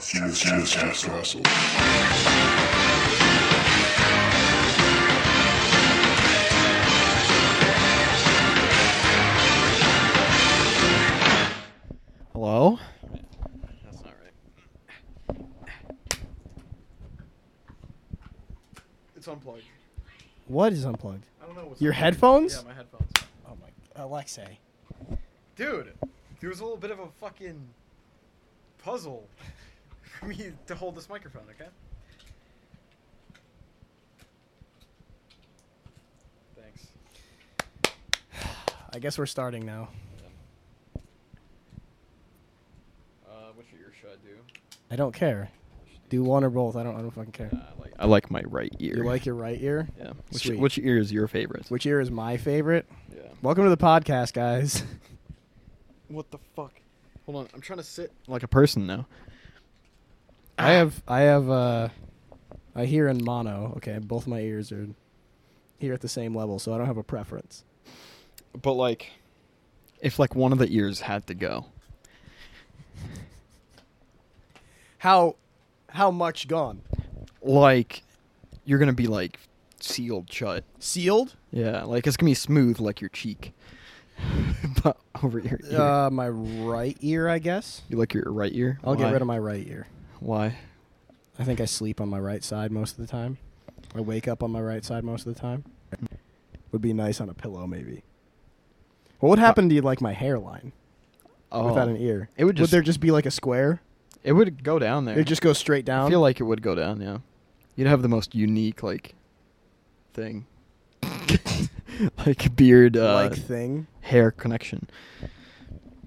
CSCS Russell. Hello? That's not right. It's unplugged. What is unplugged? I don't know what's Your unplugged. headphones? Yeah, my headphones. Oh my Alexa. Dude, there was a little bit of a fucking puzzle for me to hold this microphone, okay? Thanks. I guess we're starting now. Uh, which ear should I do? I don't care. Do one or both. I don't I don't fucking care. Uh, I like I like my right ear. You like your right ear? Yeah. Which Sweet. which ear is your favorite? Which ear is my favorite? Yeah. Welcome to the podcast, guys. What the fuck? Hold on, I'm trying to sit like a person now. I have I have uh I hear in mono, okay? Both my ears are here at the same level, so I don't have a preference. But like, if like one of the ears had to go, How how much gone? like, you're gonna be like sealed shut. Sealed? Yeah. Like it's gonna be smooth like your cheek, but over your ear. Uh my right ear, I guess. you like your right ear? I'll get Why? rid of my right ear. Why? I think I sleep on my right side most of the time. I wake up on my right side most of the time. Would be nice on a pillow, maybe. What would happen to like my hairline Oh, without an ear? It would just would there just be like a square? it would go down there. It would just go straight down. I feel like it would go down, yeah. You'd have the most unique like thing. like beard uh like thing, hair connection.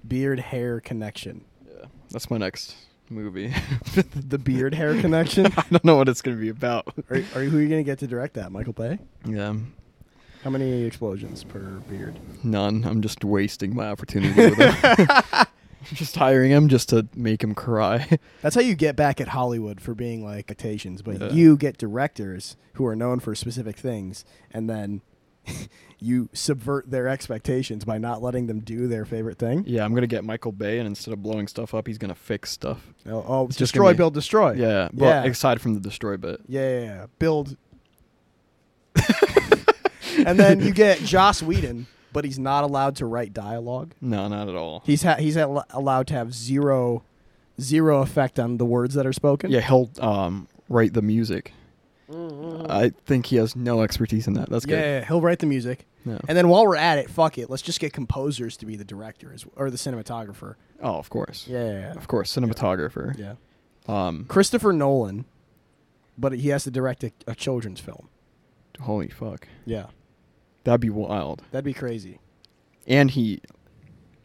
beard hair connection. Yeah. That's my next movie. The beard hair connection. I don't know what it's going to be about. Are, are you, who are you gonna get to direct that? Michael Bay. Yeah. How many explosions per beard? None. I'm just wasting my opportunity with him. I'm just hiring him just to make him cry. That's how you get back at Hollywood for being like expectations, but Yeah. you get directors who are known for specific things, and then you subvert their expectations by not letting them do their favorite thing. Yeah, I'm going to get Michael Bay and instead of blowing stuff up, he's going to fix stuff. Oh, oh, It's just destroy, gonna be- build, destroy. Yeah. But yeah. aside from the destroy bit. yeah, yeah, yeah. Build. and then you get Joss Whedon, but he's not allowed to write dialogue. No, not at all. He's ha- he's al- allowed to have zero, zero effect on the words that are spoken. Yeah, he'll um, write the music. I think he has no expertise in that. That's Mm-hmm. Yeah, good. yeah, he'll write the music. Yeah. And then while we're at it, fuck it, let's just get composers to be the director as, or the cinematographer. Oh, of course. Yeah, yeah, Of course, cinematographer. yeah. Um, Christopher Nolan, but he has to direct a, a children's film. holy fuck, Yeah, that'd be wild. that'd be crazy. And he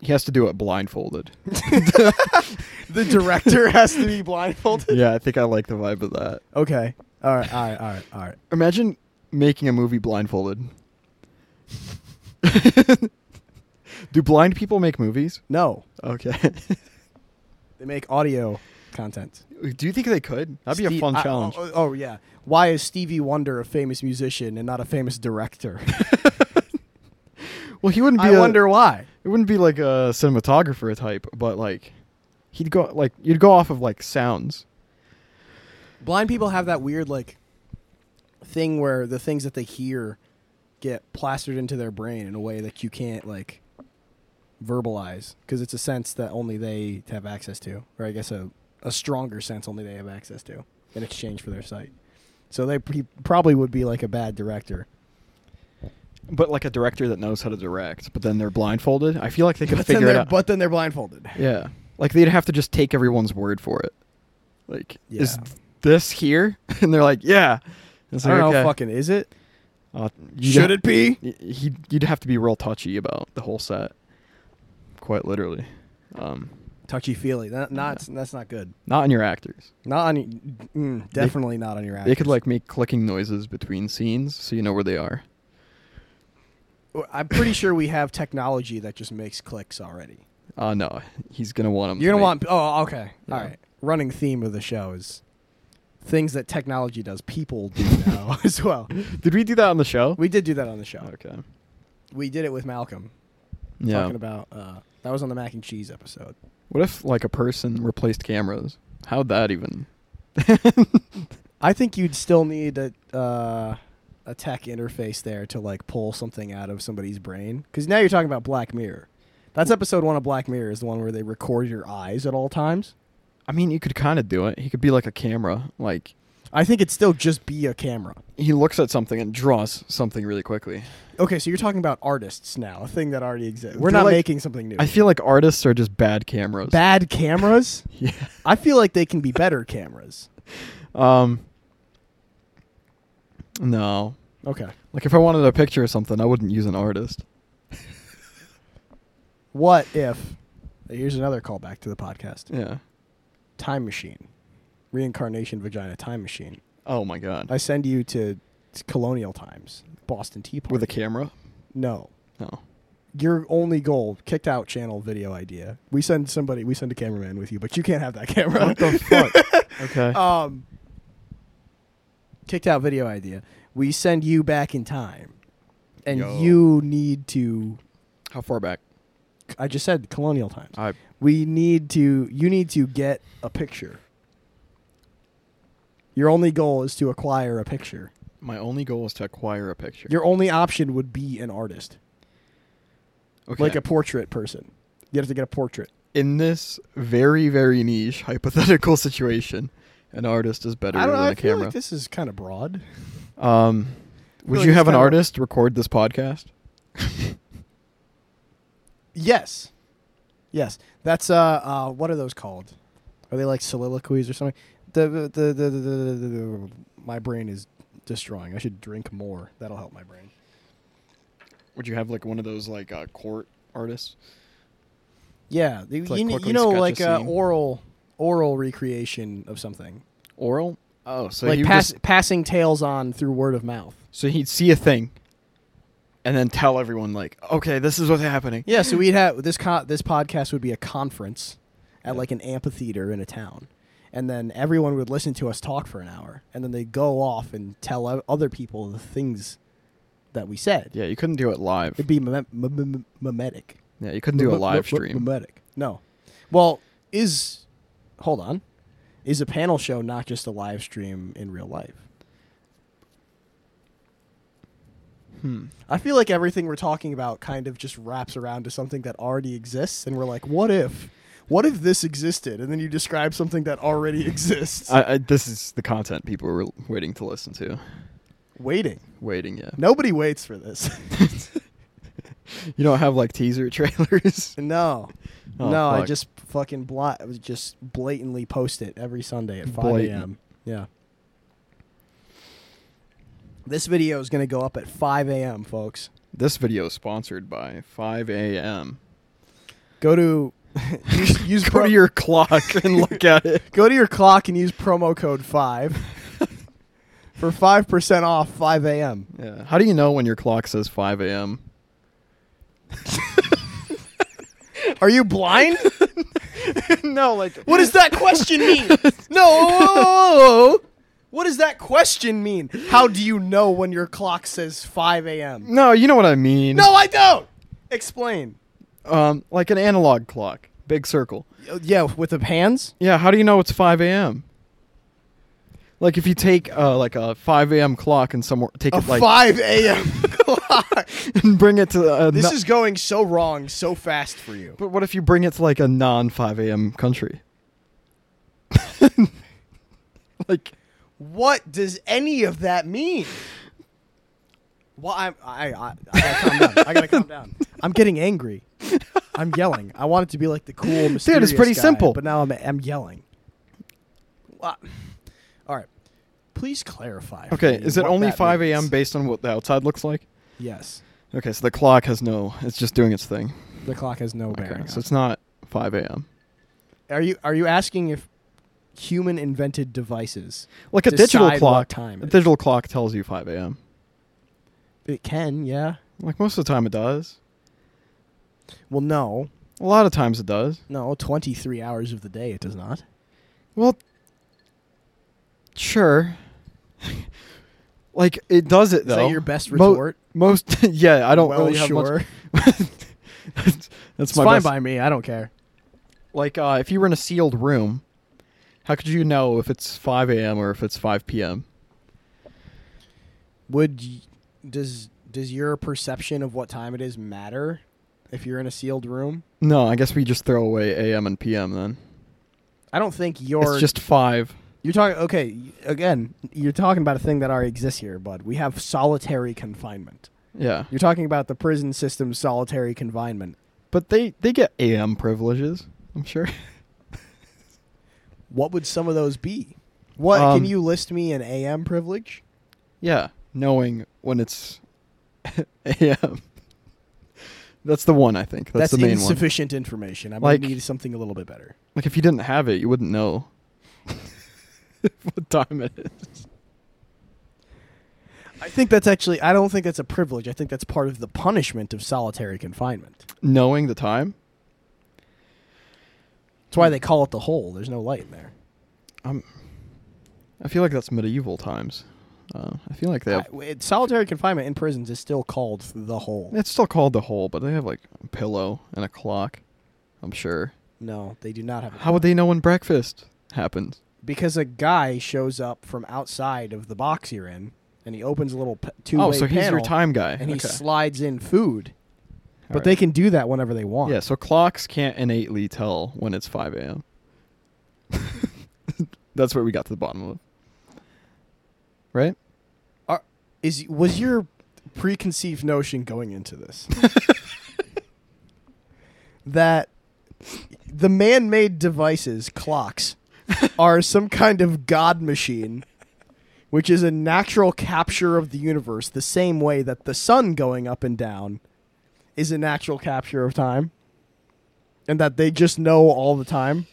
he has to do it blindfolded. The director has to be blindfolded. yeah, I think I like the vibe of that. Okay. All right. All right. All right. All right. Imagine making a movie blindfolded. do blind people make movies? No, Okay. they make audio content. do you think they could? That'd be Ste- a fun I- challenge. oh, oh, oh, yeah. Why is Stevie Wonder a famous musician and not a famous director? well, he wouldn't be. I a- wonder why. It wouldn't be like a cinematographer type, but like he'd go like you'd go off of like sounds. blind people have that weird like thing where the things that they hear get plastered into their brain in a way that you can't like verbalize because it's a sense that only they have access to or i guess a, a stronger sense only they have access to in exchange for their sight so they he probably would be like a bad director But like a director that knows how to direct, but then they're blindfolded. I feel like they could but then, figure it they're, out. but then they're blindfolded yeah, like they'd have to just take everyone's word for it. Like is Yeah. this here? And they're like, yeah. It's i like, don't know okay. "Oh, fucking is it Uh, you'd should ha- it be y- He'd, you'd have to be real touchy about the whole set, quite literally. Um, touchy feely that, not that's not good not on your actors. not on y- mm, definitely not on your actors. They could like make clicking noises between scenes, so you know where they are. Well, I'm pretty sure we have technology that just makes clicks already. Uh no, he's gonna want him. You're to gonna make- want. Oh, okay. All Yeah. right. Running theme of the show is things that technology does. People do now as well. Did we do that on the show? We did do that on the show. Okay. We did it with Malcolm Yeah. talking about. Uh, that was on the mac and cheese episode. what if like a person replaced cameras? How'd that even? I think you'd still need a uh, a tech interface there to like pull something out of somebody's brain. Because now you're talking about Black Mirror. That's episode one of Black Mirror is the one where they record your eyes at all times. I mean, you could kind of do it. He could be like a camera. Like I think it'd still just be a camera. he looks at something and draws something really quickly. Okay, so you're talking about artists now, a thing that already exists. We're They're not like- making something new. I feel like artists are just bad cameras. Bad cameras? Yeah. I feel like they can be better cameras. Um. No. Okay. Like if I wanted a picture or something, I wouldn't use an artist. What if? Here's another callback to the podcast. Yeah. Time machine, reincarnation vagina time machine. Oh my god. I send you to colonial times, Boston Tea Party. With a camera? no, No. your only goal kicked out channel video idea. We send somebody, we send a cameraman with you, but you can't have that camera. What the fuck? Okay. um, kicked out video idea. We send you back in time, and Yo. you need to. How far back? I just said colonial times. I we need to you need to get a picture your only goal is to acquire a picture my only goal is to acquire a picture. your only option would be an artist okay. like a portrait person you have to get a portrait in this very very niche hypothetical situation, an artist is better i don't than know i a feel camera. like this is kind of broad um would like you it's have an kinda- artist record this podcast? yes yes that's uh uh what are those called are they like soliloquies or something the the the, the, the, the, the, the my brain is destroying i should drink more that'll help my brain Would you have like one of those like uh, court artists? Yeah, you, like, you, kn- quickly you know, sketch a like uh, scene. oral oral recreation of something, Oral? Oh, so like he would pass, just- passing tales on through word of mouth. so he'd see a thing and then tell everyone like, "Okay, this is what's happening." Yeah, so we'd have this co- this podcast would be a conference at Yeah. like an amphitheater in a town, and then everyone would listen to us talk for an hour, and then they go off and tell o- other people the things that we said. Yeah, you couldn't do it live. It'd be mime- mime- mime- mimetic. Yeah, you couldn't do a Mim- live mim- stream. Mimetic. No. Well, is hold on. Is a panel show not just a live stream in real life? Hmm. I feel like everything we're talking about kind of just wraps around to something that already exists, and we're like, what if? What if this existed? And then you describe something that already exists. I, I, this is the content people were waiting to listen to. Waiting. Waiting, yeah. Nobody waits for this. You don't have like teaser trailers. no. Oh, no, I fuck. just fucking bla- I was just blatantly post it every Sunday at 5 Blatant. a.m. Yeah. This video is going to go up at 5 a.m., folks. This video is sponsored by 5 a.m. Go to use, use Go pro- to your clock and look at it. go to your clock and use promo code 5 for 5% off 5 a.m. Yeah. How do you know when your clock says 5 a.m.? Are you blind? no, like What does that question mean? no. whoa, whoa, whoa. What does that question mean? How do you know when your clock says 5 a.m.? No, you know what I mean. No, I don't. Explain. Um, like an analog clock, big circle. Yeah, with the hands. Yeah. How do you know it's 5 a.m.? Like if you take uh, like a 5 a.m. clock and somewhere take A it like 5 a.m. clock. and bring it to a This no- is going so wrong so fast for you. But what if you bring it to like a non 5 a.m. country? like, What does any of that mean? Well, I, I, I, I gotta calm down. I gotta calm down. I'm getting angry. I'm yelling. I want it to be like the cool, mysterious pretty guy, simple. But now I'm, I'm yelling. Wha- All right. Please clarify. for okay, me is it what only that 5 a.m. means. based on what the outside looks like? Yes. Okay, so the clock has no, it's just doing its thing. The clock has no bearing. Okay, on so it's not 5 a.m. Are you are you asking if human invented devices? Like a Decide digital what clock, time a it is. digital clock tells you 5 a.m. It can, yeah. Like most of the time it does. Well, no, A lot of times it does. no. Twenty three hours of the day, it does not. Well, sure. like it does it Is though. that your best Mo- retort? most, yeah, I don't Well, really have sure. much. that's, that's It's my fine best by me. I don't care. like uh, if you were in a sealed room How could you know if it's 5 a.m. or if it's 5 p.m.? Would y- does does your perception of what time it is matter if you're in a sealed room? No, I guess we just throw away a.m. and p.m. then. I don't think your it's just 5. You're talking okay y- again. You're talking about a thing that already exists here, bud. We have solitary confinement. Yeah. You're talking about the prison system's solitary confinement. But they, they get a.m. privileges, I'm sure. What would some of those be? What Um, can you list me an AM privilege? yeah, knowing when it's a.m. That's the one, I think. That's, That's, the main one. insufficient information. I might Like- need something a little bit better. Like, if you didn't have it, you wouldn't know what time it is. I think that's actually. I don't think that's a privilege. I think that's part of the punishment of solitary confinement. Knowing the time? That's why they call it the hole. There's no light in there. Um, I feel like that's medieval times. Uh, I feel like they have. I- it- solitary confinement in prisons is still called the hole. it's still called the hole, but they have like a pillow and a clock. I'm sure. No, they do not have. a How would they know when breakfast happens? because a guy shows up from outside of the box you're in, and he opens a little p- two-way Oh, so he's your panel, time guy. and he Okay. slides in food. All But right. they can do that whenever they want. Yeah, so clocks can't innately tell when it's 5 a.m. That's what we got to the bottom of. Right? Are, is was your preconceived notion going into this that the man-made devices, clocks, are some kind of god machine? Which is a natural capture of the universe, the same way that the sun going up and down is a natural capture of time, and that they just know all the time.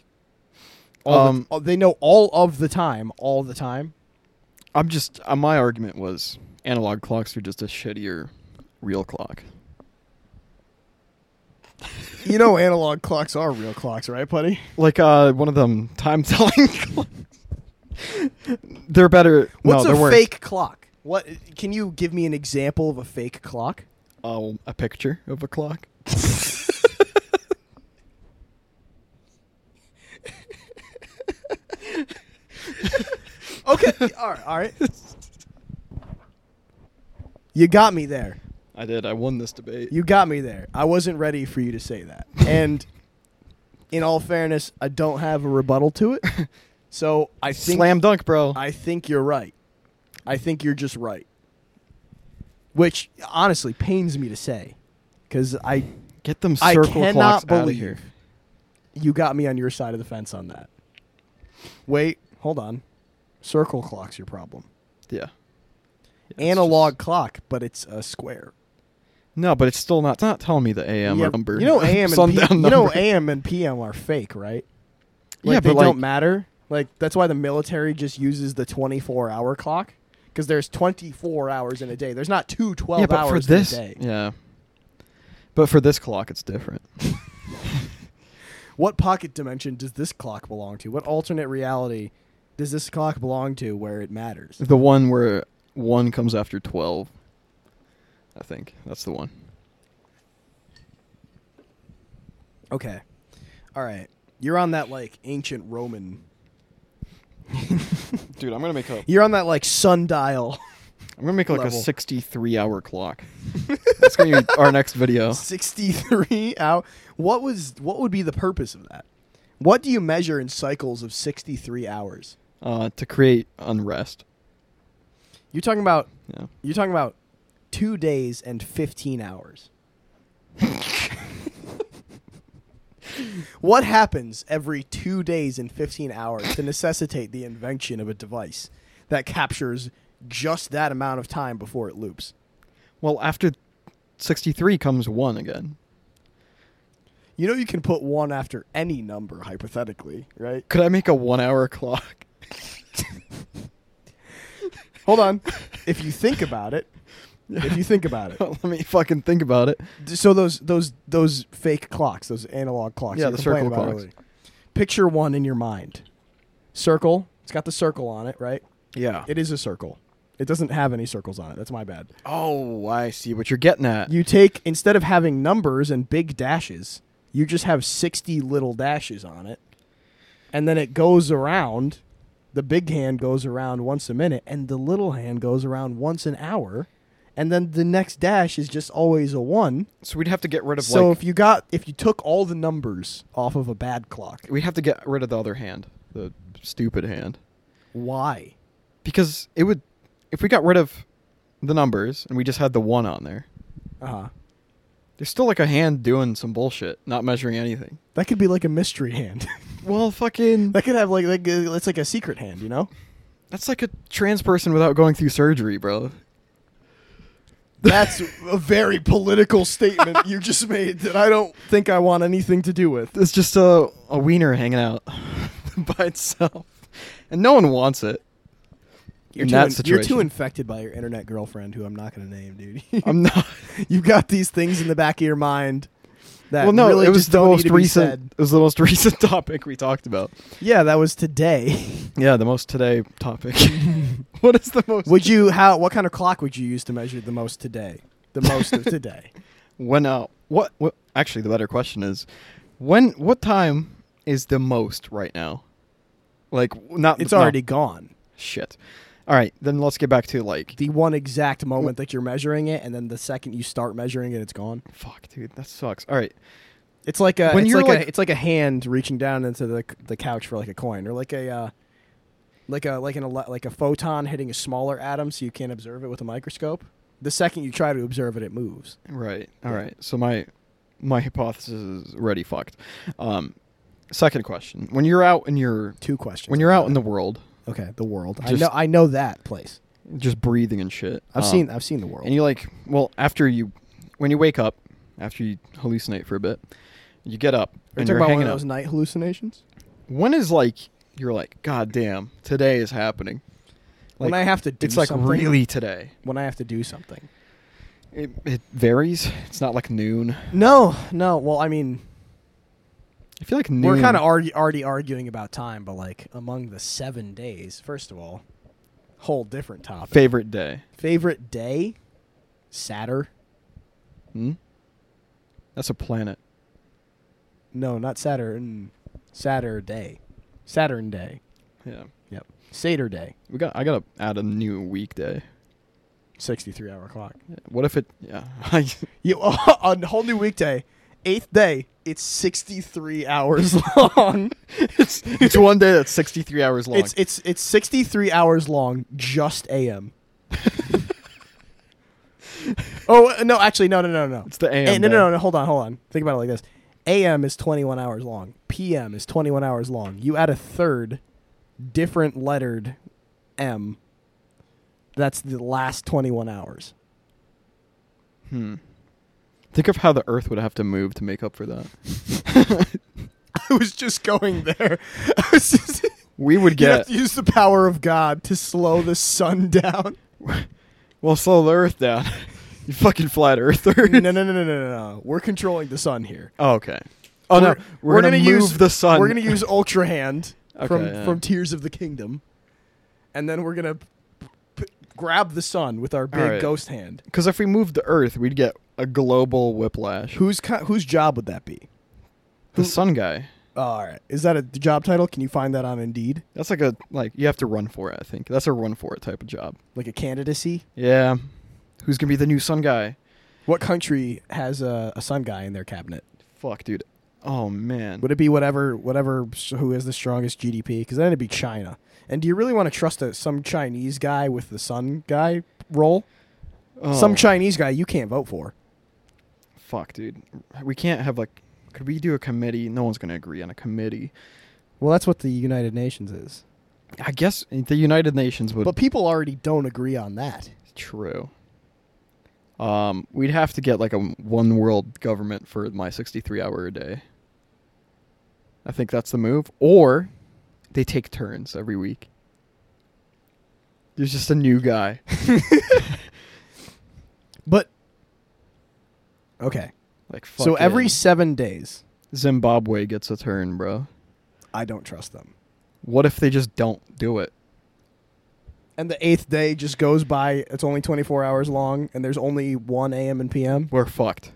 All the- Um, all- they know all of the time, all the time. I'm just, uh, my argument was analog clocks are just a shittier real clock. You know, analog clocks are real clocks, right, buddy? Like uh, one of them time telling clocks. they're better. What's no, they're a worse. fake clock? What can you give me an example of a fake clock? Oh, a picture of a clock. Okay, all right, all right. You got me there. I did. I won this debate. You got me there. I wasn't ready for you to say that. And in all fairness, I don't have a rebuttal to it. So I think slam dunk, bro. I think you're right. I think you're just right. Which honestly pains me to say, because I Get them I circle cannot clocks out of believe- here. you got me on your side of the fence on that. Wait, hold on. Circle clock's your problem. Yeah. Yeah, it's Analog just- clock, but it's a square. No, but it's still not. It's not telling me the AM Yeah, number. You know AM and sundown P- you number. know AM and PM are fake, right? Like, yeah, they but like, don't matter. Like that's why the military just uses the 24-hour clock because there's 24 hours in a day. There's not two 12 yeah, but hours for this, in a day. yeah. But for this clock, it's different. What pocket dimension does this clock belong to? What alternate reality does this clock belong to where it matters? the one where one comes after twelve. I think that's the one. Okay. All right. You're on that like ancient Roman. Dude, I'm gonna make a. You're on that like sundial. I'm gonna make like Level. a 63 hour clock. that's gonna be our next video. 63 hour. What was what would be the purpose of that? What do you measure in cycles of 63 hours? Uh, to create unrest. You're talking about Yeah. you're talking about 2 days and 15 hours. what happens every 2 days and 15 hours to necessitate the invention of a device that captures just that amount of time before it loops? Well, after 63 comes one again. You know you can put one after any number hypothetically, right? Could I make a one hour clock? Hold on. if you think about it, if you think about it. Let me fucking think about it. So those those those fake clocks, those analog clocks. Yeah, you the complained circle about clocks. earlier. Picture one in your mind. Circle. It's got the circle on it, right? Yeah. It is a circle. It doesn't have any circles on it. That's my bad. oh, I see what you're getting at. You take instead of having numbers and big dashes, you just have 60 little dashes on it. and then it goes around. The big hand goes around once a minute, and the little hand goes around once an hour, and then the next dash is just always a one. So we'd have to get rid of So like if you got if you took all the numbers off of a bad clock, we'd have to get rid of the other hand, the stupid hand, why? because it would if we got rid of the numbers and we just had the one on there. Uh Uh-huh. huh. There's still like a hand doing some bullshit, not measuring anything. That could be like a mystery hand. Well, fucking that could have like, like uh, it's like a secret hand, you know? that's like a trans person without going through surgery, bro. That's a very political statement you just made that I don't think I want anything to do with. It's just a a wiener hanging out by itself, and no one wants it. You're in too, that in- you're too situation. infected by your internet girlfriend, who I'm not going to name, dude. I'm not. You've got these things in the back of your mind that well, no, really it was just the don't need most to be recent. It was the most recent topic we talked about. said. Yeah, that was today. Yeah, the most today topic. what is the most? would you how? What kind of clock would you use to measure the most today? The most of today. when uh, what what? Actually, the better question is, when what time is the most right now? Like w- not. It's Uh, no, already gone. shit. All right, then let's get back to like The one exact moment that you're measuring it, and then the second you start measuring it, it's gone. fuck, dude. That sucks. All right, It's like a When it's you're like, like- a, it's like a hand reaching down into the the couch for like a coin or like a uh, like a like an ele- like a photon hitting a smaller atom so you can't observe it with a microscope. The second you try to observe it, it moves. Right. All right. So my my hypothesis is already fucked. Um, second question: When you're out in your Two questions. when you're out in the world, okay, the world. I Just- know I know that place. just breathing and shit. I've um, seen I've seen the world. And you like well after you when you wake up after you hallucinate for a bit, you get up Are you and talking you're about one hanging of out. those night hallucinations? When is like you're like God damn today is happening. when I have to do it's like something, really today. when I have to do something. It it varies. It's not like noon. No, no. Well, I mean, I feel like noon. we're kind of already, already arguing about time, but like among the seven days, first of all, whole different topic. favorite day. Favorite day? Saturn? Hmm? That's a planet. No, not Saturn. Saturday. Saturn Day. Yeah. Yep. Saturday. We got. I gotta add a new weekday. 63 hour clock. What if it? Yeah. I, You, a whole new weekday. Eighth day. It's 63 hours long. it's it's one day that's sixty three hours long. It's it's it's 63 hours long just AM. oh, no, actually no no no no. It's the AM Eh, no, no, day. no, no, hold on, hold on. Think about it like this. AM is 21 hours long. PM is 21 hours long. You add a third different lettered M. That's the last 21 hours. hmm. Think of how the Earth would have to move to make up for that. I was just going there. I was just We would You have get to use the power of God to slow the sun down. well, slow the Earth down. you fucking flat Earther. no, no, no, no, no, no, no. We're controlling the sun here. Oh, okay. Oh no, we're, gonna, move use, the sun. We're gonna use Ultra Hand from Okay, yeah. from Tears of the Kingdom, and then we're gonna p- p- grab the sun with our big Alright. ghost hand. because if we moved the Earth, we'd get a global whiplash. Whose co- whose job would that be? Uh, the Sun guy. All right, is that a job title? Can you find that on Indeed, That's like a like you have to run for it. I think that's a run for it type of job. like a candidacy? Yeah. Who's gonna be the new Sun guy? What country has a, a sun guy in their cabinet? Fuck, dude. Oh man. Would it be whatever whatever s- who has the strongest GDP? Because then it'd be China. And do you really want to trust a, some Chinese guy with the sun guy role? Oh, Some Chinese guy you can't vote for. fuck, dude. We can't have like. Could we do a committee? No one's gonna agree on a committee. Well, that's what the United Nations is. I guess the United Nations would. But people already don't agree on that. true. Um, we'd have to get like a one world government for my sixty-three hour a day. I think that's the move. Or they take turns every week. There's just a new guy. But okay, Like so every fucking seven days, Zimbabwe gets a turn, bro. I don't trust them. What if they just don't do it? And the eighth day just goes by. It's only twenty four hours long, and there's only one a.m. and p.m. We're fucked.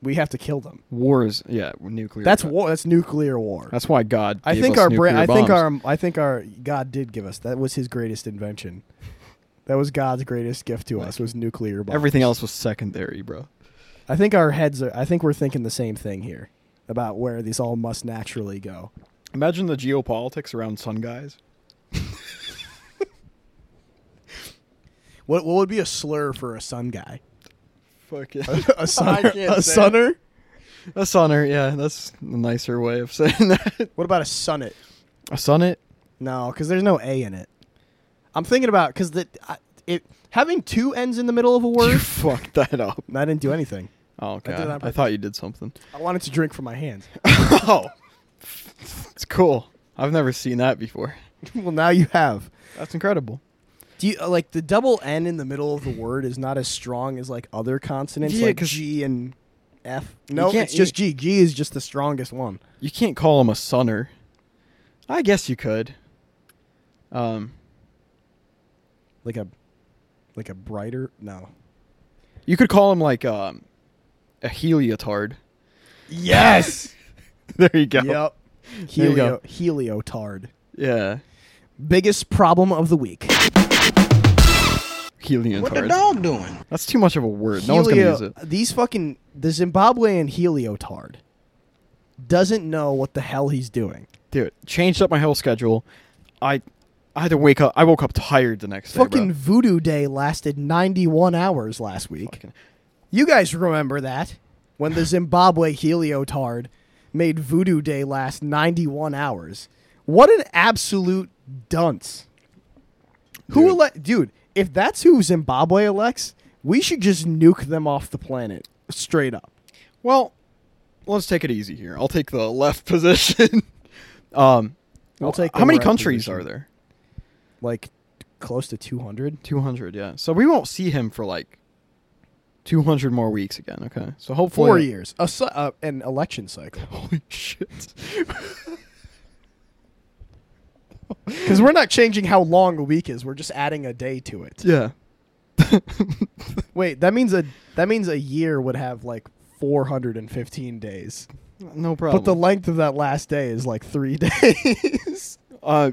We have to kill them. Wars, yeah, nuclear. That's bo- war. That's nuclear war. That's why God. I gave think us our brain. nuclear I think bombs. our. I think our God did give us. That was His greatest invention. That was God's greatest gift to us was nuclear bombs. everything else was secondary, bro. I think our heads are. I think we're thinking the same thing here about where these all must naturally go. Imagine the geopolitics around sun guys. What what would be a slur for a sun guy? Fuck yeah. a sunner. can't A say it. sunner. a sunner, yeah, that's a nicer way of saying that. What about a sunnet? A sunnet. No, because there's no a in it. I'm thinking about because the I- it having two ends in the middle of a You word. fucked that up. I didn't do anything. Oh did it on god, I, purpose. thought you did something. I wanted to drink from my hands. oh, it's cool. I've never seen that before. well, now you have. That's incredible. Do you uh, like the double N in the middle of the word is not as strong as like other consonants Yeah, like 'cause- G and F? No, can't- it's just G. G is just the strongest one. You can't call him a sunner. I guess you could. Um, Like a like a brighter no. you could call him like um, a heliotard. Yes. There you go. yep. There you Helio go. heliotard. Yeah, Biggest problem of the week. heliotard. What the dog doing? That's too much of a word. no one's gonna Helio- use it. These fucking the Zimbabwean heliotard doesn't know what the hell he's doing. Dude, changed up my whole schedule. I, I had to wake up. I woke up tired the next day. Fucking bro. Voodoo Day lasted 91 hours last week. You guys remember that when the Zimbabwe heliotard made Voodoo Day last 91 hours? What an absolute dunce! Who Dude. elect, dude? If that's who Zimbabwe elects, we should just nuke them off the planet straight up. Well, let's take it easy here. I'll take the left position. um, I'll take. how many the right countries position. are there? Like close to 200. Two hundred, yeah. So we won't see him for like two hundred more weeks again. Okay, so hopefully Four years, a su- uh, an election cycle. Holy shit! Because we're not changing how long a week is. We're just adding a day to it. yeah, Wait, that means a that means a year would have like 415 days. no But the problem. length of that last day is like 3 days. But the uh,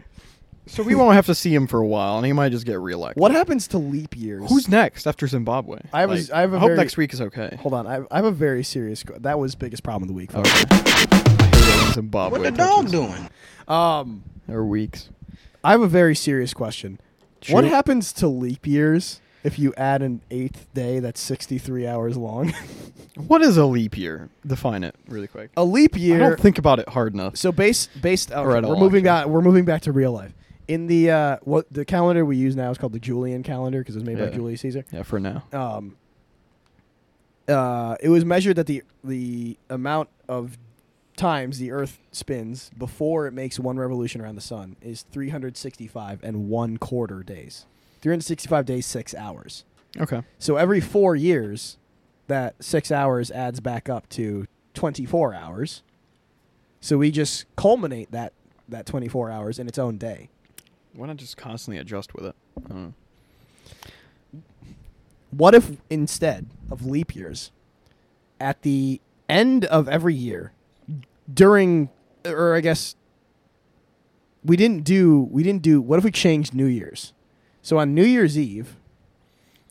so we won't have to see him for a while, and he might just get reelected. what happens to leap years? Who's next after Zimbabwe? I have a- I have a hope very- next week is okay. Hold on. I I have a very serious que- that was biggest problem of the week. folks. Okay. I hate it when Zimbabwe. What the dog touches- doing? Um Or weeks. I have a very serious question. Shoot. What happens to leap years if you add an eighth day that's 63 hours long? What is a leap year? Define it really quick. a leap year I don't think about it hard enough. So based based uh, Or at we're all, moving actually. on, we're moving back to real life. In the uh, what the calendar we use now is called the Julian calendar because it was made Yeah. by Julius Caesar. Yeah, for now. Um, uh, it was measured that the the amount of times the Earth spins before it makes one revolution around the sun is 365 and one quarter days. 365 days, six hours. Okay. So every four years, that six hours adds back up to 24 hours. So we just culminate that that 24 hours in its own day. Why not just constantly adjust with it? I don't know. What if instead of leap years, at the end of every year, during or I guess we didn't do we didn't do what if we changed New Year's? So on New Year's Eve,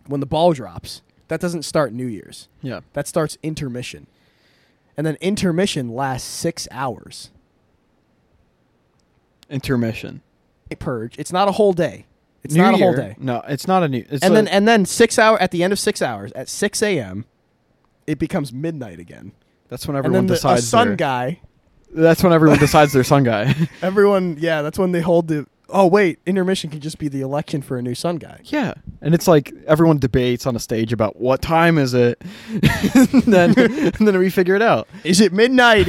when the ball drops, that doesn't start New Year's. Yeah. That starts intermission. And then intermission lasts six hours. Intermission. A purge. It's not a whole day. It's New not a whole Year- Mm. day. No, it's not a new. It's and a- then and then six hour at the end of six hours at six a.m. It becomes midnight again. that's when everyone and then the, a decides. sun their- guy. That's when everyone decides they're sun guy. Everyone, yeah, that's when they hold the. Oh wait, intermission can just be the election for a new sun guy. yeah, and it's like everyone debates on a stage about what time is it, and then and then we figure it out. Is it midnight?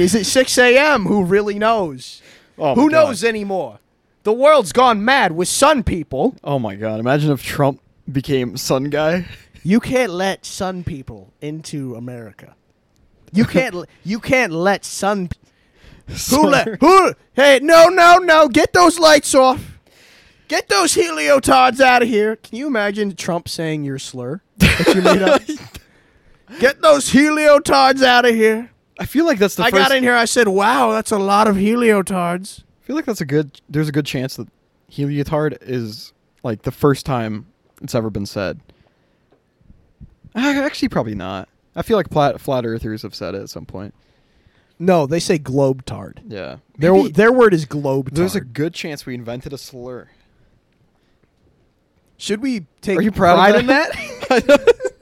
Is it six a.m.? Who really knows? Oh my Who God. knows anymore? The world's gone mad with sun people. Oh my god! Imagine if Trump became sun guy. You can't let sun people into America. You can't. l- you can't let sun. Who let? Who? Hey, no, no, no! Get those lights off. Get those heliotards out of here. Can you imagine Trump saying your slur that you made up? Get those heliotards out of here. I feel like that's the I first. got in here. I said, "Wow, that's a lot of heliotards." I feel like that's a good. There's a good chance that heliotard is like the first time it's ever been said. Ah, Actually, probably not. I feel like flat, flat earthers have said it at some point. No, they say globetard. Yeah, Their Maybe- their word is globetard. there's a good chance we invented a slur. Should we take Are you proud of pride that? in that?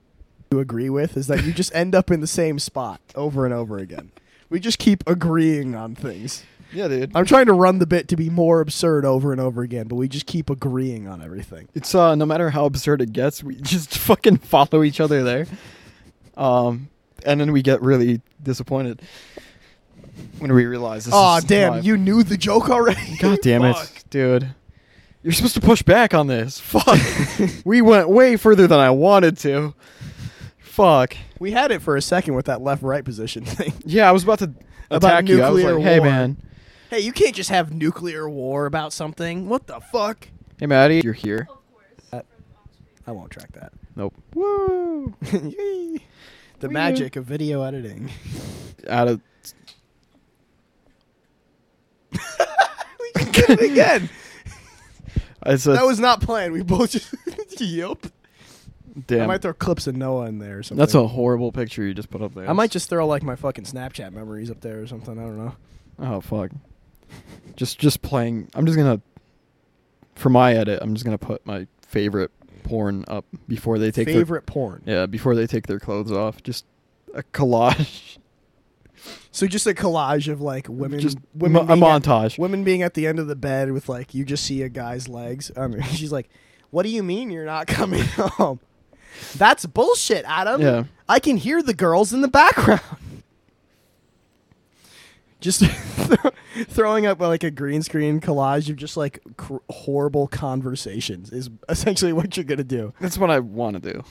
you agree with is that you just end up in the same spot over and over again. We just keep agreeing on things. yeah, dude. I'm trying to run the bit to be more absurd over and over again, but we just keep agreeing on everything. It's uh, no matter how absurd it gets, we just fucking follow each other there, um, and then we get really disappointed when we realize this. Aw, is damn, live. you knew the joke already. God damn it, Fuck. dude! You're supposed to push back on this. Fuck, we went way further than I wanted to. Fuck. we had it for a second with that left right position thing. Yeah, I was about to About attack you. I was like, nuclear hey war. man, Hey, you can't just have nuclear war about something. What the fuck? hey Maddie, you're Of here. course. Uh, from Oxford. I won't track that. Nope. Woo! the Wee. magic of video editing. Out of we just did it again. it's a that was not planned. We both just yelp. I damn. might throw clips of Noah in there or something. That's a horrible picture you just put up there. I might just throw like my fucking Snapchat memories up there or something. I don't know. Oh fuck. Just just playing. I'm just gonna for my edit. I'm just gonna put my favorite porn up before they take Favorite porn. their yeah before they take their clothes off. Just a collage. So just a collage of like women, just women mo- a being at- montage. women being at the end of the bed with like you just see a guy's legs. I mean, she's like, "What do you mean you're not coming home? That's bullshit, Adam. Yeah. I can hear the girls in the background." Just throw- throwing up like a green screen collage of just like cr- horrible conversations is essentially what you're gonna do. That's what I want to do.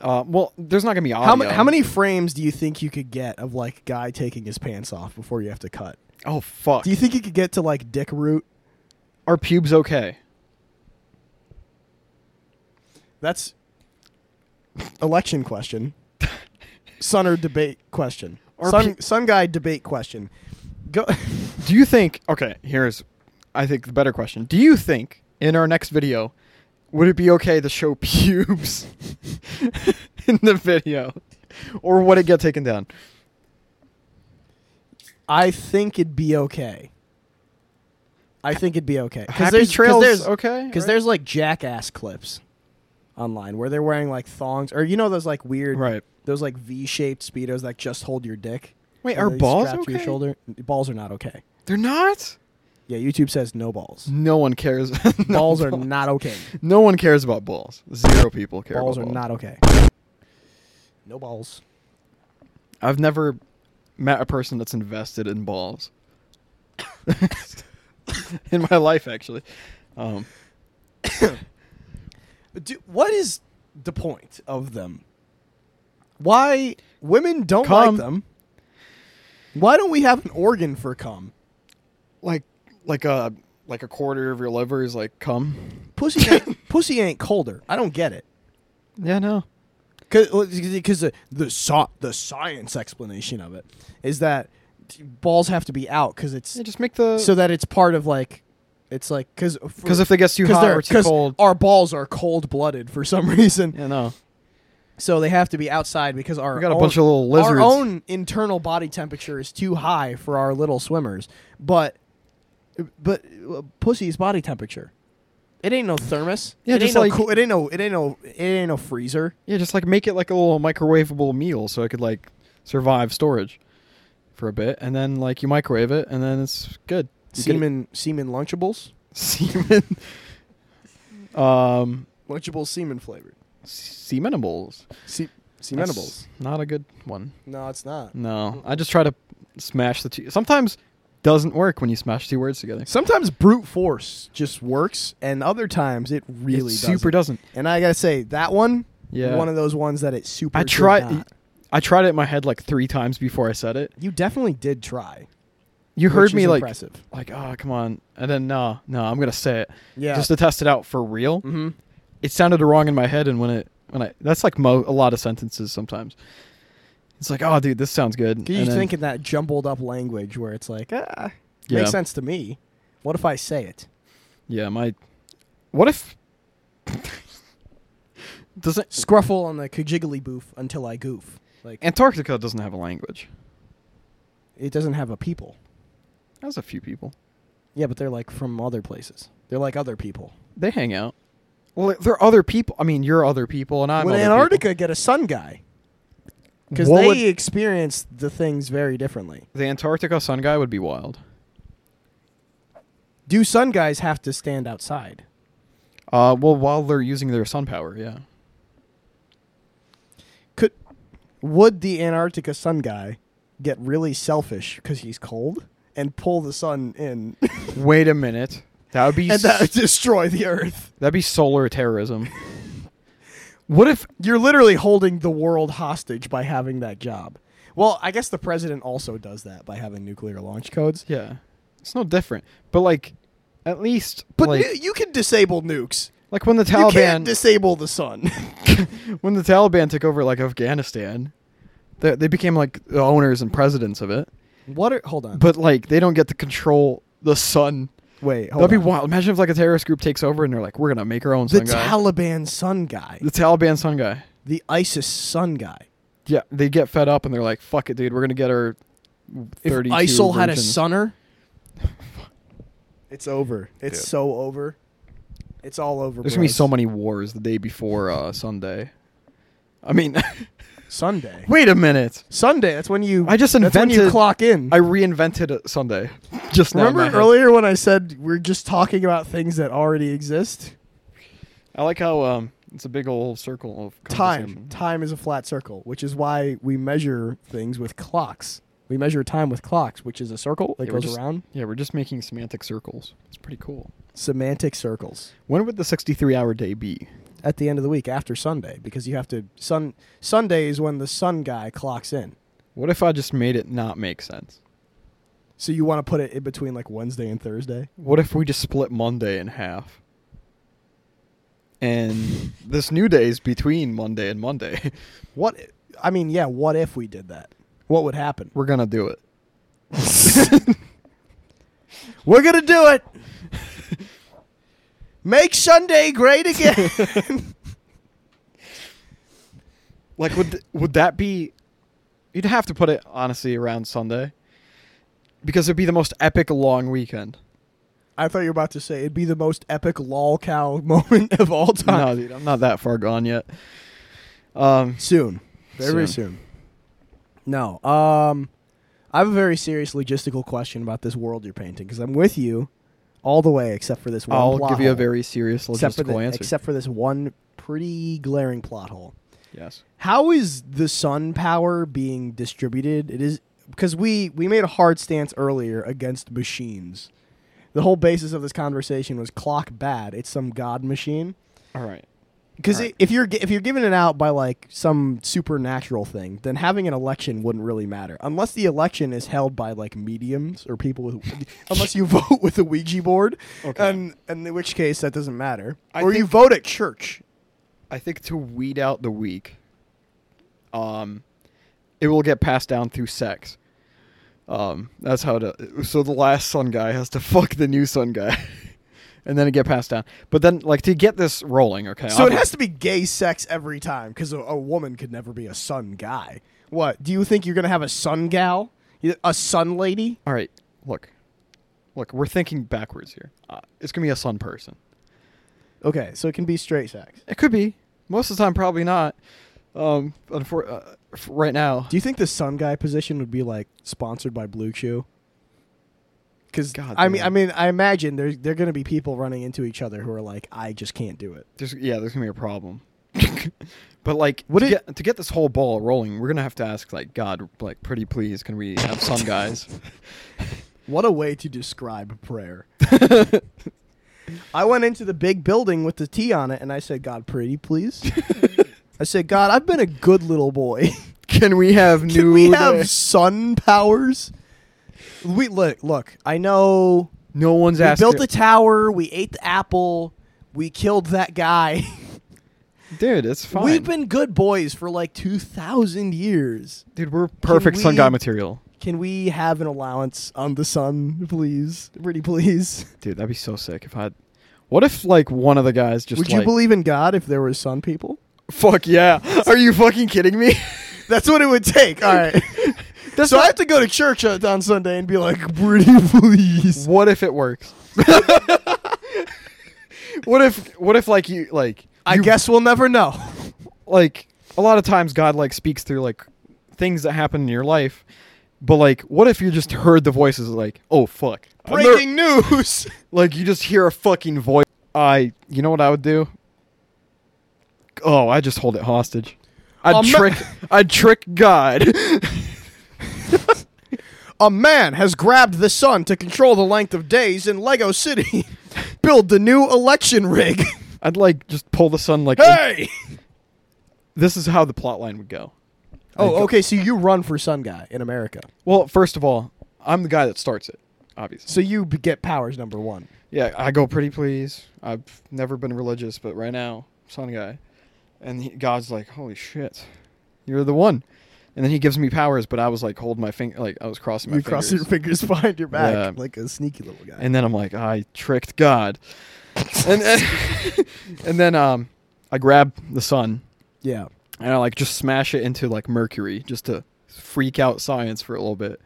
Uh, well, there's not gonna be audio. How, ma- how many frames do you think you could get of like guy taking his pants off before you have to cut? Oh fuck. Do you think you could get to like dick root? Are pubes okay? That's election question. Sun or debate question. Or sun, pe- sun guy debate question. Go. Do you think? Okay, here's, I think the better question. Do you think in our next video, would it be okay to show pubes in the video, or would it get taken down? I think it'd be okay. I think it'd be okay Happy there's trails, there's okay, because right? there's like jackass clips online where they're wearing like thongs or you know those like weird Right. those like V-shaped speedos that just hold your dick. Wait, and are they balls strapped to your okay? shoulder? Balls are not okay. They're not. Yeah, YouTube says no balls. No one cares. no, balls are not okay. no one cares about balls. Zero people care balls are about balls. not okay. No balls. I've never met a person that's invested in balls. in my life, actually. Um, Do, what is the point of them? Why women don't Cum. like them? Why don't we have an organ for cum? like, like a like a quarter of your liver is like cum. Pussy ain't, pussy ain't colder. I don't get it. Yeah, no. Because the the, so, the science explanation of it is that t- balls have to be out because it's Yeah, just make the so that it's part of like it's like because 'Cause if it gets too hot or too cold- our balls are cold blooded for some reason. yeah no. So they have to be outside because our We got a own, bunch of little Our lizards. own internal body temperature is too high for our little swimmers, but but uh, pussy's body temperature. It ain't no thermos. Yeah, it ain't just no like- cool, it ain't no it ain't no it ain't no freezer. Yeah, just like make it like a little microwavable meal so it could like survive storage for a bit, and then like you microwave it, and then it's good. You get it- Semen semen lunchables, semen, um, lunchables semen flavored. semenables. Se- That's semenables. Not a good one. No, it's not. No, I just try to smash the two. Sometimes doesn't work when you smash two words together. Sometimes brute force just works, and other times it It really super doesn't. And I gotta say that one, Yeah. one of those ones that it super. I did tried. not. I tried it in my head like three times before I said it. You definitely did try. You Which heard is me like impressive. like oh come on and then no no i'm gonna say it Yeah. just to test it out for real Mm-hmm. it sounded wrong in my head and when it When I that's like mo- a lot of sentences sometimes. It's like, oh, dude, this sounds good. Because you And then- think in that jumbled up language where it's like, ah, Yeah. makes sense to me. What if I say it? Yeah, my. What if? doesn't Scruffle on the kajiggly boof until I goof. Like Antarctica doesn't have a language? it doesn't have a people. That's a few people. Yeah, but they're like from other places. They're like other people. They hang out. Well, they're other people. I mean, you're other people, and I'm. Would other Antarctica get a sun guy? people. Because What they would- experience the things very differently. the Antarctica sun guy would be wild. Do sun guys have to stand outside? Uh, well, while they're using their sun power, yeah. Could would the Antarctica sun guy get really selfish because he's cold and pull the sun in Wait a minute. That would be and that would s- destroy the Earth? that'd be solar terrorism. what if You're literally holding the world hostage by having that job. Well, I guess the president also does that by having nuclear launch codes. Yeah, it's no different. But like, at least But like, nu- you can disable nukes. like when the You can't Taliban disable the sun. when the Taliban took over like Afghanistan, they they became like the owners and presidents of it. what? Are, hold on. But like they don't get to control the sun. Wait, hold That'd be on. wild. Imagine if like a terrorist group takes over and they're like, we're gonna make our own The sun guy. Taliban sun guy, the Taliban sun guy. the ISIS sun guy. Yeah, they get fed up and they're like, fuck it, dude. We're gonna get our If thirty. ISIL had a sunner, it's over. It's Dude. so over. It's all over. There's gonna be bros. so many wars the day before uh, Sunday. I mean, Sunday. wait a minute. Sunday. That's when you. I just that's when you invented- clock in. I reinvented a Sunday just now. in Remember my head. earlier when I said we're just talking about things that already exist? I like how um, it's a big old circle of Time. conversation. Time is a flat circle, which is why we measure things with clocks. We measure time with clocks, which is a circle that Yeah, we're goes just- around. Yeah, we're just making semantic circles. It's pretty cool. Semantic circles. When would the 63 hour day be? At the end of the week after Sunday, because you have to sun Sunday is when the sun guy clocks in. What if I just made it not make sense? So you want to put it in between like Wednesday and Thursday? What if we just split Monday in half? And this new day is between Monday and Monday. What I mean, yeah, what if we did that? What would happen? We're going to do it. We're gonna do it. Make Sunday great again. Like would th- would that be You'd have to put it honestly around Sunday because it'd be the most epic long weekend. I thought you were about to say it'd be the most epic lol cow moment of all No, time. dude, I'm not that far gone yet. Um Soon. Very soon. No. Um I have a very serious logistical question about this world you're painting because I'm with you all the way except for this one I'll plot give you a hole. very serious except for, logistical the- answer. except for this one pretty glaring plot hole. yes. How is the sun power being distributed? It is because we we made a hard stance earlier against machines. The whole basis of this conversation was clock bad. It's some god machine. All right. Because Alright. if you're gi- if you're giving it out by like some supernatural thing, then having an election wouldn't really matter, unless the election is held by like mediums or people with, unless you vote with a Ouija board, Okay. and and in which case that doesn't matter, I or you think- vote at church. I think to weed out the weak, um, it will get passed down through sex. Um, that's how to. So the last sun guy has to fuck the new sun guy, and then it get passed down. But then, like to get this rolling, okay. So it obvi- has to be gay sex every time, because a, a woman could never be a sun guy. What do you think you're gonna have a sun gal, You- a sun lady? All right, look, look. We're thinking backwards here. Uh, it's gonna be a sun person. Okay, so it can be straight sex. It could be. Most of the time, probably not. Um, unfor- uh, f- right now, Do you think the sun guy position would be like sponsored by Blue Chew? Because God I mean, damn. I mean, I imagine there's there going to be people running into each other who are like, I just can't do it. There's yeah, there's gonna be a problem. but like Would to, it- get, to get this whole ball rolling, we're gonna have to ask like God, like pretty please, can we have some guys? What a way to describe prayer. I went into the big building with the T on it, and I said, "God, pretty please." I said, "God, I've been a good little boy. can we have new? Can we have sun powers?" We look, look. I know no one's We asked. built it. a tower. We ate the apple. We killed that guy. Dude, it's fine. We've been good boys for like 2,000 years. Dude, we're perfect sun we- guy material. Can we have an allowance on the sun, please? Pretty please. Dude, that'd be so sick if I. had What if like one of the guys just Would you like, believe in God if there were sun people? Fuck yeah! Are you fucking kidding me? That's what it would take. All right. That's so I not- have to go to church uh, on Sunday and be like, pretty please. What if it works? what if what if like you like I you- guess we'll never know. like a lot of times God like speaks through like things that happen in your life, but like what if you just heard the voices like oh fuck I'm ner- Breaking news. like you just hear a fucking voice. I you know what I would do? Oh, I just hold it hostage. I'd I'm not- trick I'd trick God. A man has grabbed the sun to control the length of days in Lego City. Build the new election rig. I'd like just pull the sun like hey! this is how the plot line would go. Oh, okay. So you run for sun guy in America. Well, first of all, I'm the guy that starts it, obviously. So you b- get powers number one. Yeah, I go pretty please. I've never been religious, but right now, son guy. And he, God's like, holy shit, you're the one. And then he gives me powers, but I was like, holding my finger, like I was crossing my you fingers. cross your fingers behind your back Yeah. like a sneaky little guy. and then I'm like, I tricked God. and, and, and then um, I grab the sun yeah. and I like just smash it into like Mercury just to freak out science for a little bit.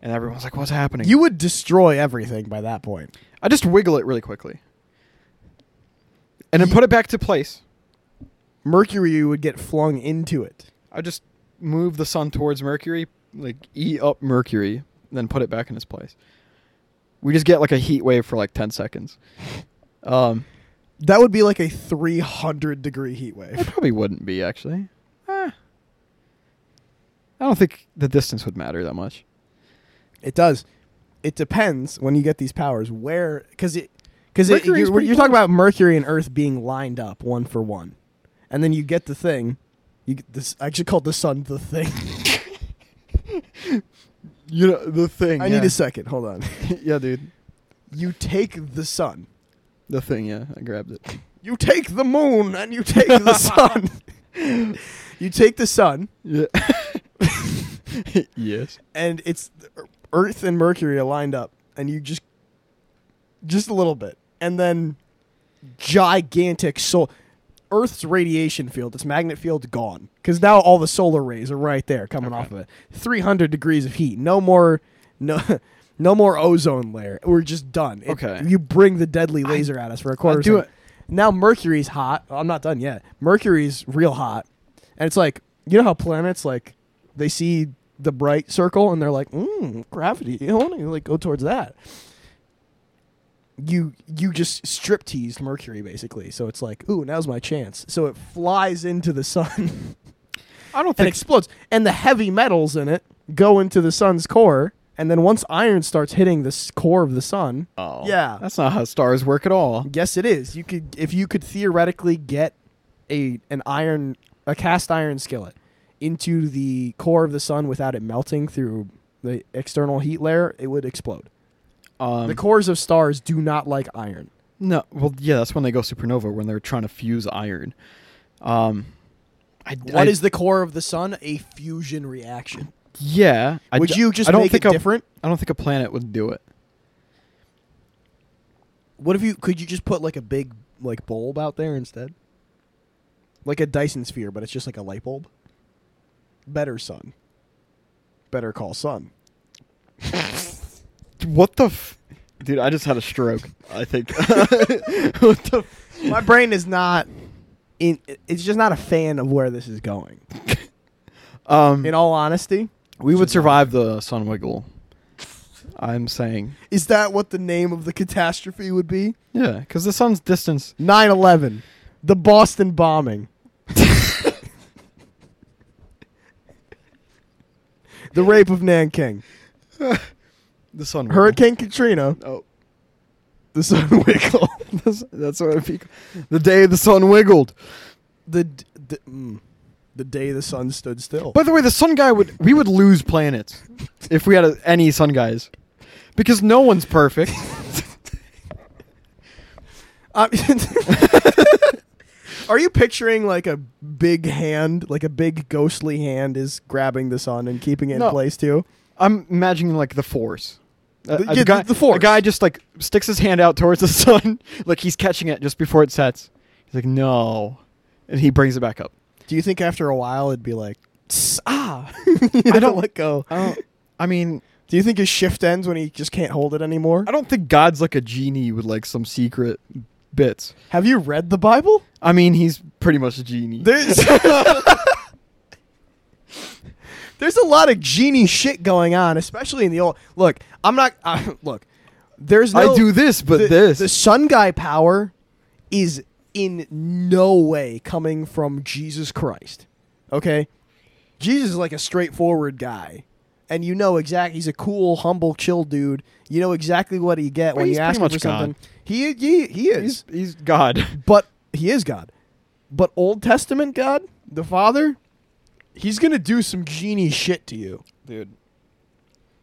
And everyone's like, what's happening? You would destroy everything by that point. I just wiggle it really quickly. And then put it back to place. Mercury would get flung into it. I just move the sun towards Mercury, like E up Mercury, then put it back in its place. We just get like a heat wave for like 10 seconds. Um, That would be like a 300 degree heat it wave. probably wouldn't be actually. Eh. I don't think the distance would matter that much. It does. It depends when you get these powers where because it because Mercury's you're, pretty you're talking close. about Mercury and Earth being lined up one for one, and then you get the thing. You get this I actually called the sun the thing. You know, the thing. I need a second. Hold on. yeah, dude. You take the sun. The thing, yeah. I grabbed it. You take the moon and you take the sun. you take the sun Yeah. yes. and it's Earth and Mercury are lined up and you just just a little bit and then gigantic sol Earth's radiation field, its magnet field gone cuz now all the solar rays are right there coming off of it. 300 degrees of heat. No more no no more ozone layer. We're just done. It- Okay. You bring the deadly laser at us for a quarter. I do second. Now Mercury's hot. I'm not done yet. Mercury's real hot. And it's like, you know how planets like they see the bright circle and they're like, mm, gravity. You want to like go towards that. You you just strip teased Mercury basically. So it's like, ooh, now's my chance. So it flies into the sun I don't and think explodes. And the heavy metals in it go into the sun's core. And then once iron starts hitting the s- core of the sun, Oh, Yeah. That's not how stars work at all. Yes, it is. You could if you could theoretically get a an iron a cast iron skillet into the core of the sun without it melting through the external heat layer, it would explode. Um, the cores of stars do not like iron. no, well, yeah, that's when they go supernova when they're trying to fuse iron. Um, I, What I- is the core of the sun? A fusion reaction. Yeah, I Would d- you just I don't make think it a- different? I don't think a planet would do it. What if you could you just put like a big like bulb out there instead? Like a Dyson sphere, but it's just like a light bulb. Better sun. Better call sun. What the, f- dude? I just had a stroke. I think. what the? F- my brain is not in it's just not a fan of where this is going Hmm. um, in all honesty we would survive the sun wiggle. I'm saying, is that what the name of the catastrophe would be yeah, because the sun's distance. 9-11 the boston bombing the rape of nanking The sun. Wiggle. hurricane katrina Oh, the sun wiggle that's, that's what it'd be. The day the sun wiggled. the d- the, mm, the day the sun stood still By the way, the sun guy would we would lose planets if we had a, any sun guys, because no one's perfect. I- Uh, Are you picturing like a big hand, like a big ghostly hand, is grabbing the sun and keeping it in No. place too? I'm imagining like the force. A, The- a yeah, guy, the force. A guy just like sticks his hand out towards the sun, like he's catching it just before it sets. He's like, no, and he brings it back up. Do you think after a while it'd be like, "Tss, ah, I I don't- don't let go? I don't. I mean, Do you think his shift ends when he just can't hold it anymore? I don't think God's like a genie with like some secret bits. Have you read the Bible? I mean, he's pretty much a genie. There's There's a lot of genie shit going on, especially in the old. Look, I'm not. I look, there's no. I do this, but the, this. the sun guy power is in no way coming from Jesus Christ. Okay, Jesus is like a straightforward guy, and you know exactly he's a cool, humble, chill dude. You know exactly what he get Well, when he's you ask pretty him much for something. God. He, he he is he's, he's God. but he is God. But Old Testament God, the Father, he's gonna do some genie shit to you. Dude,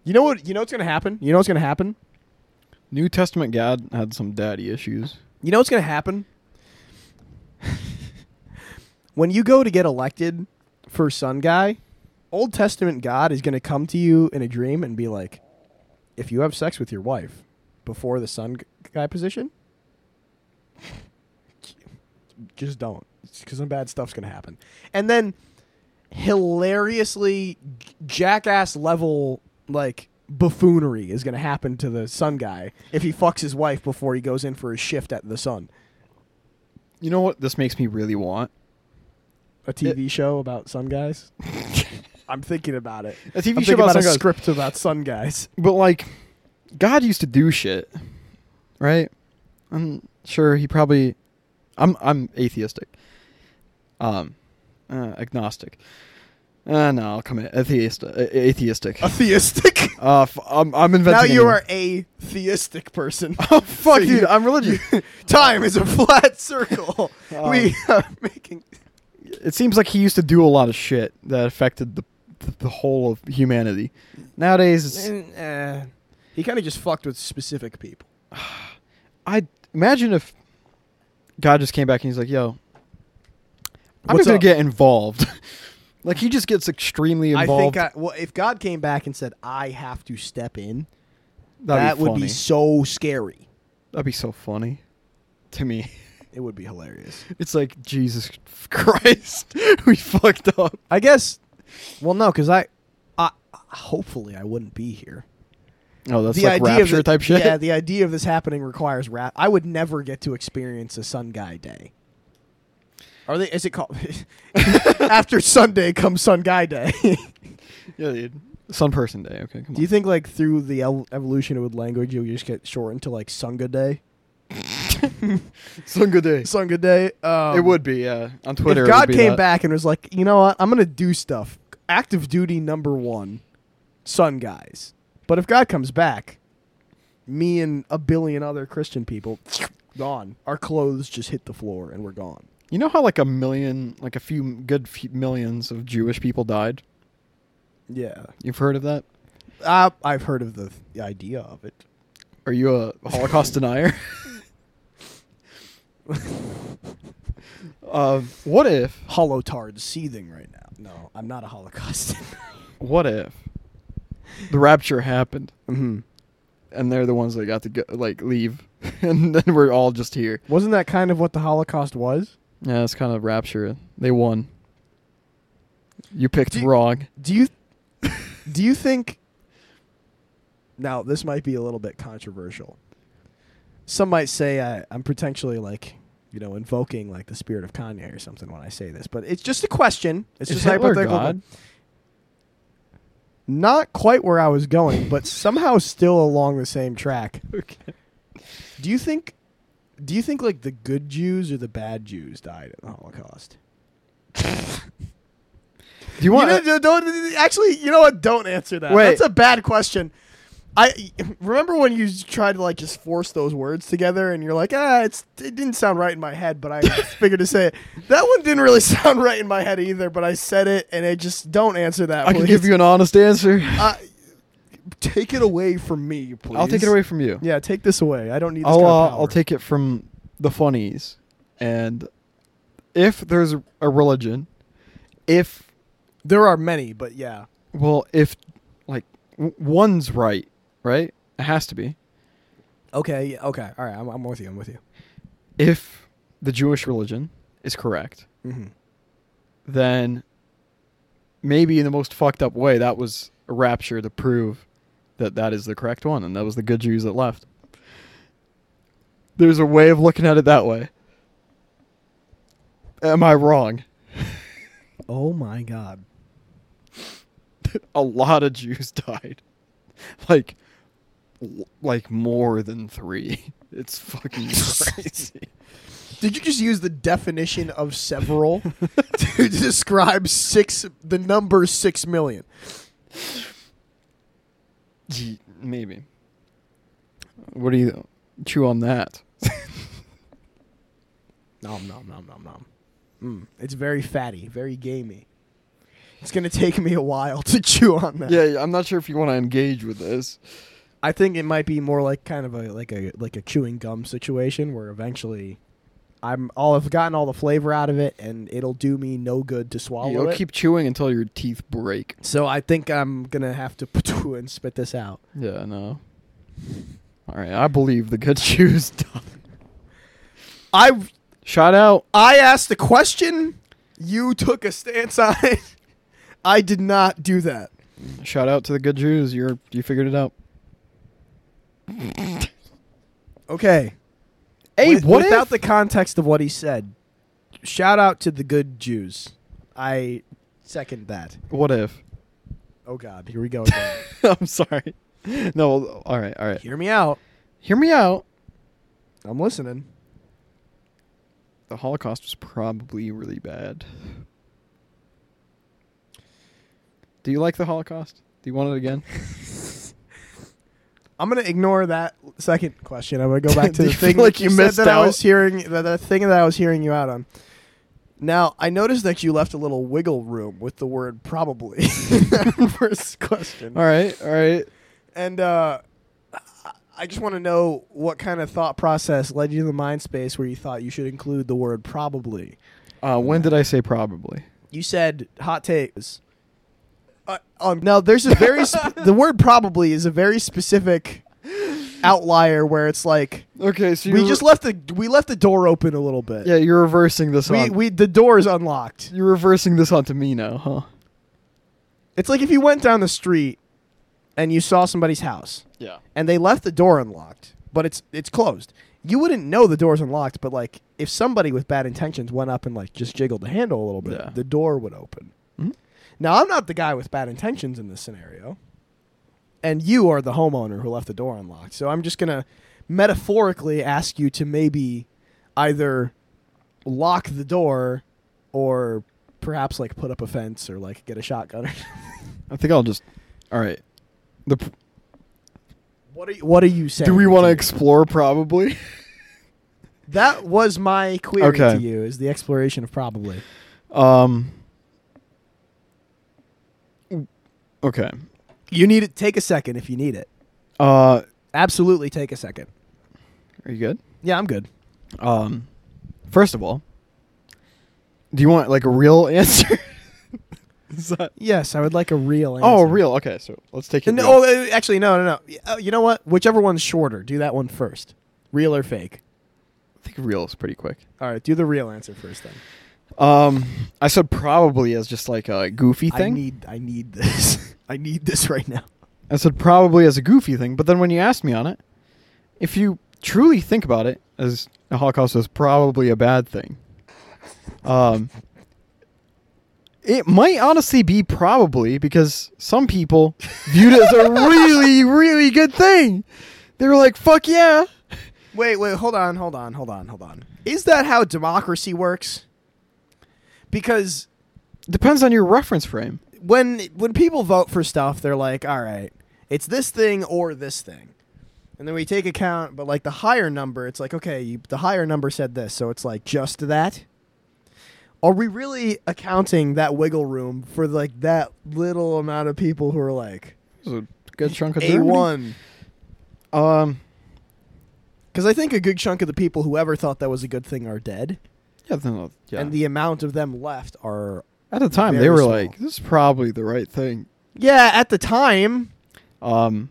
You know what? You know what's gonna happen. You know what's gonna happen. New Testament God had some daddy issues. You know what's gonna happen. when you go to get elected for Sun Guy, Old Testament God is gonna come to you in a dream and be like, "If you have sex with your wife before the Sun G- Guy position, just don't because some bad stuff's gonna happen and then hilariously j- jackass level like buffoonery is gonna happen to the sun guy if he fucks his wife before he goes in for his shift at the sun You know what this makes me really want? a tv show about sun guys i'm thinking about it A TV I'm show thinking about, about, some a guys. script about sun guys But like, God used to do shit, right? I'm sure he probably. I'm I'm atheistic. Um, uh, agnostic. Uh, no, I'll come in atheist. A- atheistic. atheistic Uh, f- I'm I'm inventing. now a you new- are a theistic person Oh fuck, So dude! you- I'm religious. Oh. time is a flat circle we are making it seems like he used to do a lot of shit that affected the the whole of humanity. Nowadays, it's, Eh, he kind of just fucked with specific people I imagine if God just came back and he's like, "Yo, I'm What's just gonna up? get involved." like he just gets extremely involved. I think I, well, if God came back and said, "I have to step in," That'd that be would funny. be so scary. That'd be so funny to me. It would be hilarious. It's like Jesus Christ, we fucked up. I guess. Well, no, because I, I, hopefully, I wouldn't be here. Oh, that's like rapture the, type shit. Yeah, the idea of this happening requires rap. I would never get to experience a sun guy day. Are they? Is it called after Sunday comes sun guy day? yeah, dude. Sun person day. Okay, come Do on. you think like through the el- evolution of language, you just get shortened to like Sunga day? Sunga day. Sunga day. Um, it would be. Yeah, on Twitter. if it would God be came that. back and was like, you know what, I'm gonna do stuff. Active duty number one, sun guys. But if God comes back, me and a billion other Christian people gone. Our clothes just hit the floor and we're gone. You know how like a million, like a few good few millions of Jewish people died. Yeah, You've heard of that? uh, I've heard of the, the idea of it. Are you a Holocaust denier? um, what if? Holotard seething right now. No, I'm not a Holocaust. What if the rapture happened mm-hmm. and they're the ones that got to go, like leave, and then we're all just here? Wasn't that kind of what the Holocaust was? Yeah, it's kind of rapture. They won. You picked Do you- wrong. Do you do you think now this might be a little bit controversial? Some might say I, I'm potentially like you know invoking like the spirit of Kanye or something when I say this, but it's just a question. It's Is just Hitler hypothetical. God? Not quite where I was going, but somehow still along the same track. Okay. Do you think? Do you think like the good Jews or the bad Jews died in the Holocaust? Do you want? You know, don't actually. You know what? Don't answer that. Wait. That's a bad question. I remember when you tried to like just force those words together, and you're like, ah, it's it didn't sound right in my head, but I figured to say it. That one didn't really sound right in my head either, but I said it, and I just don't answer that. I can give please. you an honest answer. Uh, take it away from me, please. I'll take it away from you. Yeah, take this away. I don't need. This uh, I'll kind uh, of power. I'll take it from the funnies, and if there's a religion, if There are many, but yeah. well, if like w- one's right, right? It has to be. Okay. yeah, Okay. All right. I'm, I'm with you. I'm with you. If the Jewish religion is correct, Mm-hmm. then maybe in the most fucked up way, that was a rapture to prove that that is the correct one, and that was the good Jews that left. There's a way of looking at it that way. Am I wrong? Oh my God. a lot of Jews died. Like l- like more than 3. It's fucking crazy. Did you just use the definition of several to describe six? The number six million. Ye- Maybe. What do you chew on that? Nom nom nom nom nom. Mm, it's very fatty, very gamey. It's gonna take me a while to chew on that. yeah, yeah, I'm not sure if you want to engage with this. I think it might be more like kind of a like a like a chewing gum situation where eventually I'm all I've gotten all the flavor out of it and it'll do me no good to swallow You'll it. keep chewing until your teeth break. so I think I'm gonna have to patoo and spit this out. Yeah, no. All right, I believe the good Jews died. I Shout out. I asked the question, you took a stance on it. I did not do that. Shout out to the good Jews. You're you figured it out. Okay. Hey, With- what without if- the context of what he said? Shout out to the good Jews. I second that. What if? Oh God, here we go again. I'm sorry. No, all right, all right. Hear me out. Hear me out. I'm listening. The Holocaust was probably really bad. Do you like the Holocaust? Do you want it again? I'm gonna ignore that second question. I'm gonna go back to Do the you thing feel like you said missed that I out? was hearing that the thing that I was hearing you out on. Now I noticed that you left a little wiggle room with the word probably in that first question, All right, all right. and uh, I- I just want to know what kind of thought process led you to the mind space where you thought you should include the word probably. Uh, when did I say probably? You said hot takes. Uh, um, now there's a very sp- the word probably is a very specific outlier where it's like Okay, so we you're- just left the we left the door open a little bit. Yeah, you're reversing this we on. we the door is unlocked. you're reversing this onto me now, huh? It's like if you went down the street and you saw somebody's house Yeah. and they left the door unlocked, but it's it's closed. You wouldn't know the door's unlocked, but like if somebody with bad intentions went up and like just jiggled the handle a little bit, Yeah. the door would open. Mhm. Now I'm not the guy with bad intentions in this scenario, and you are the homeowner who left the door unlocked. So I'm just gonna metaphorically ask you to maybe either lock the door or perhaps like put up a fence or like get a shotgun. or I think I'll just All right. The pr- what are you, what are you saying? do we want to me? explore probably? That was my query Okay. to you: is the exploration of probably. um Okay. You need it. Take a second if you need it. Uh Absolutely, take a second. are you good? Yeah, I'm good. Um, first of all, do you want like a real answer? Is that- Yes, I would like a real. Answer. oh, real. Okay, so let's take it. And- real. oh, uh, actually, no, no, no. Y- uh, you know what? Whichever one's shorter, do that one first. Real or fake? I think real is pretty quick. All right, do the real answer first. Then Um, I said probably as just like a goofy I thing. need, I need this. I need this right now. I said probably as a goofy thing, but then when you asked me on it, if you truly think about it, as the Holocaust was probably a bad thing, um, it might honestly be probably because some people viewed it as a really, really good thing. They were like, "Fuck yeah!" Wait, wait, hold on, hold on, hold on, hold on. Is that how democracy works? Because Depends on your reference frame. when when people vote for stuff, they're like, all right, it's this thing or this thing. And then we take account, but like the higher number, it's like, okay, you, the higher number said this, so it's like just that. Are we really accounting that wiggle room for like that little amount of people who are like It was a good chunk of A Germany. one? Um, Because I think a good chunk of the people who ever thought that was a good thing are dead. Yeah, no, yeah. and the amount of them left are at the time they very were small. like, "This is probably the right thing." yeah at the time Um.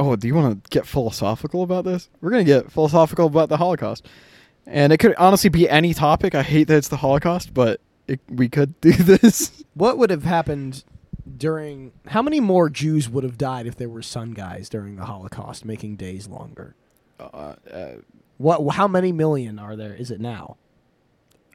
Oh, do you want to get philosophical about this? We're gonna get philosophical about the Holocaust, and it could honestly be any topic. I hate that it's the Holocaust, but it, we could do this. what would have happened during how many more Jews would have died if there were sun guys during the Holocaust making days longer? Uh, uh, What how many million are there is it now?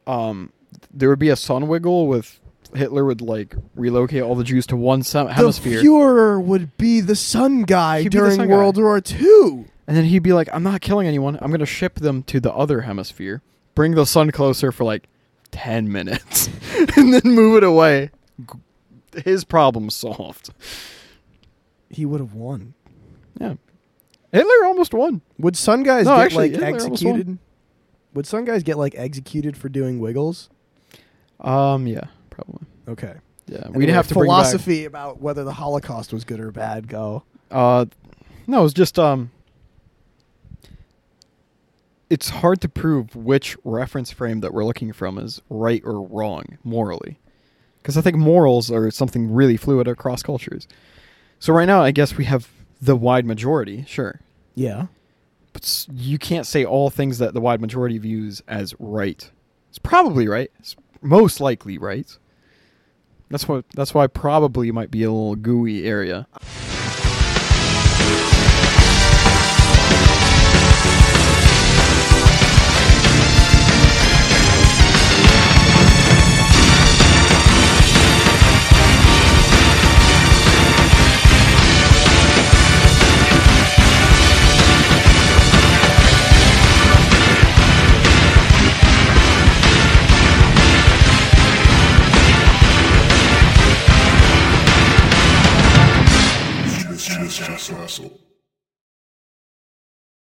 um, there would be a sun wiggle with Hitler would like relocate all the Jews to one sem- hemisphere, The Fuhrer would be the sun guy He'd be the during sun guy. World War II. and then he'd be like, "I'm not killing anyone. I'm gonna ship them to the other hemisphere, bring the sun closer for like ten minutes, and then move it away." G- His problem solved. He would have won. Yeah. Hitler almost won. Would sun guys No, get actually, like Hitler almost executed? Would sun guys get like executed for doing wiggles? Um, yeah, probably. Okay. Yeah, And we'd where have to philosophy. philosophy about whether the Holocaust was good or bad go. Bring back, uh, no, it's just um, it's hard to prove which reference frame that we're looking from is right or wrong morally, because I think morals are something really fluid across cultures. So right now, I guess we have the wide majority, sure, Yeah. but s- you can't say all things that the wide majority views as right. It's probably right. It's most likely right. That's what. That's why probably might be a little gooey area. Jesus, Jesus, Jesus, Russell.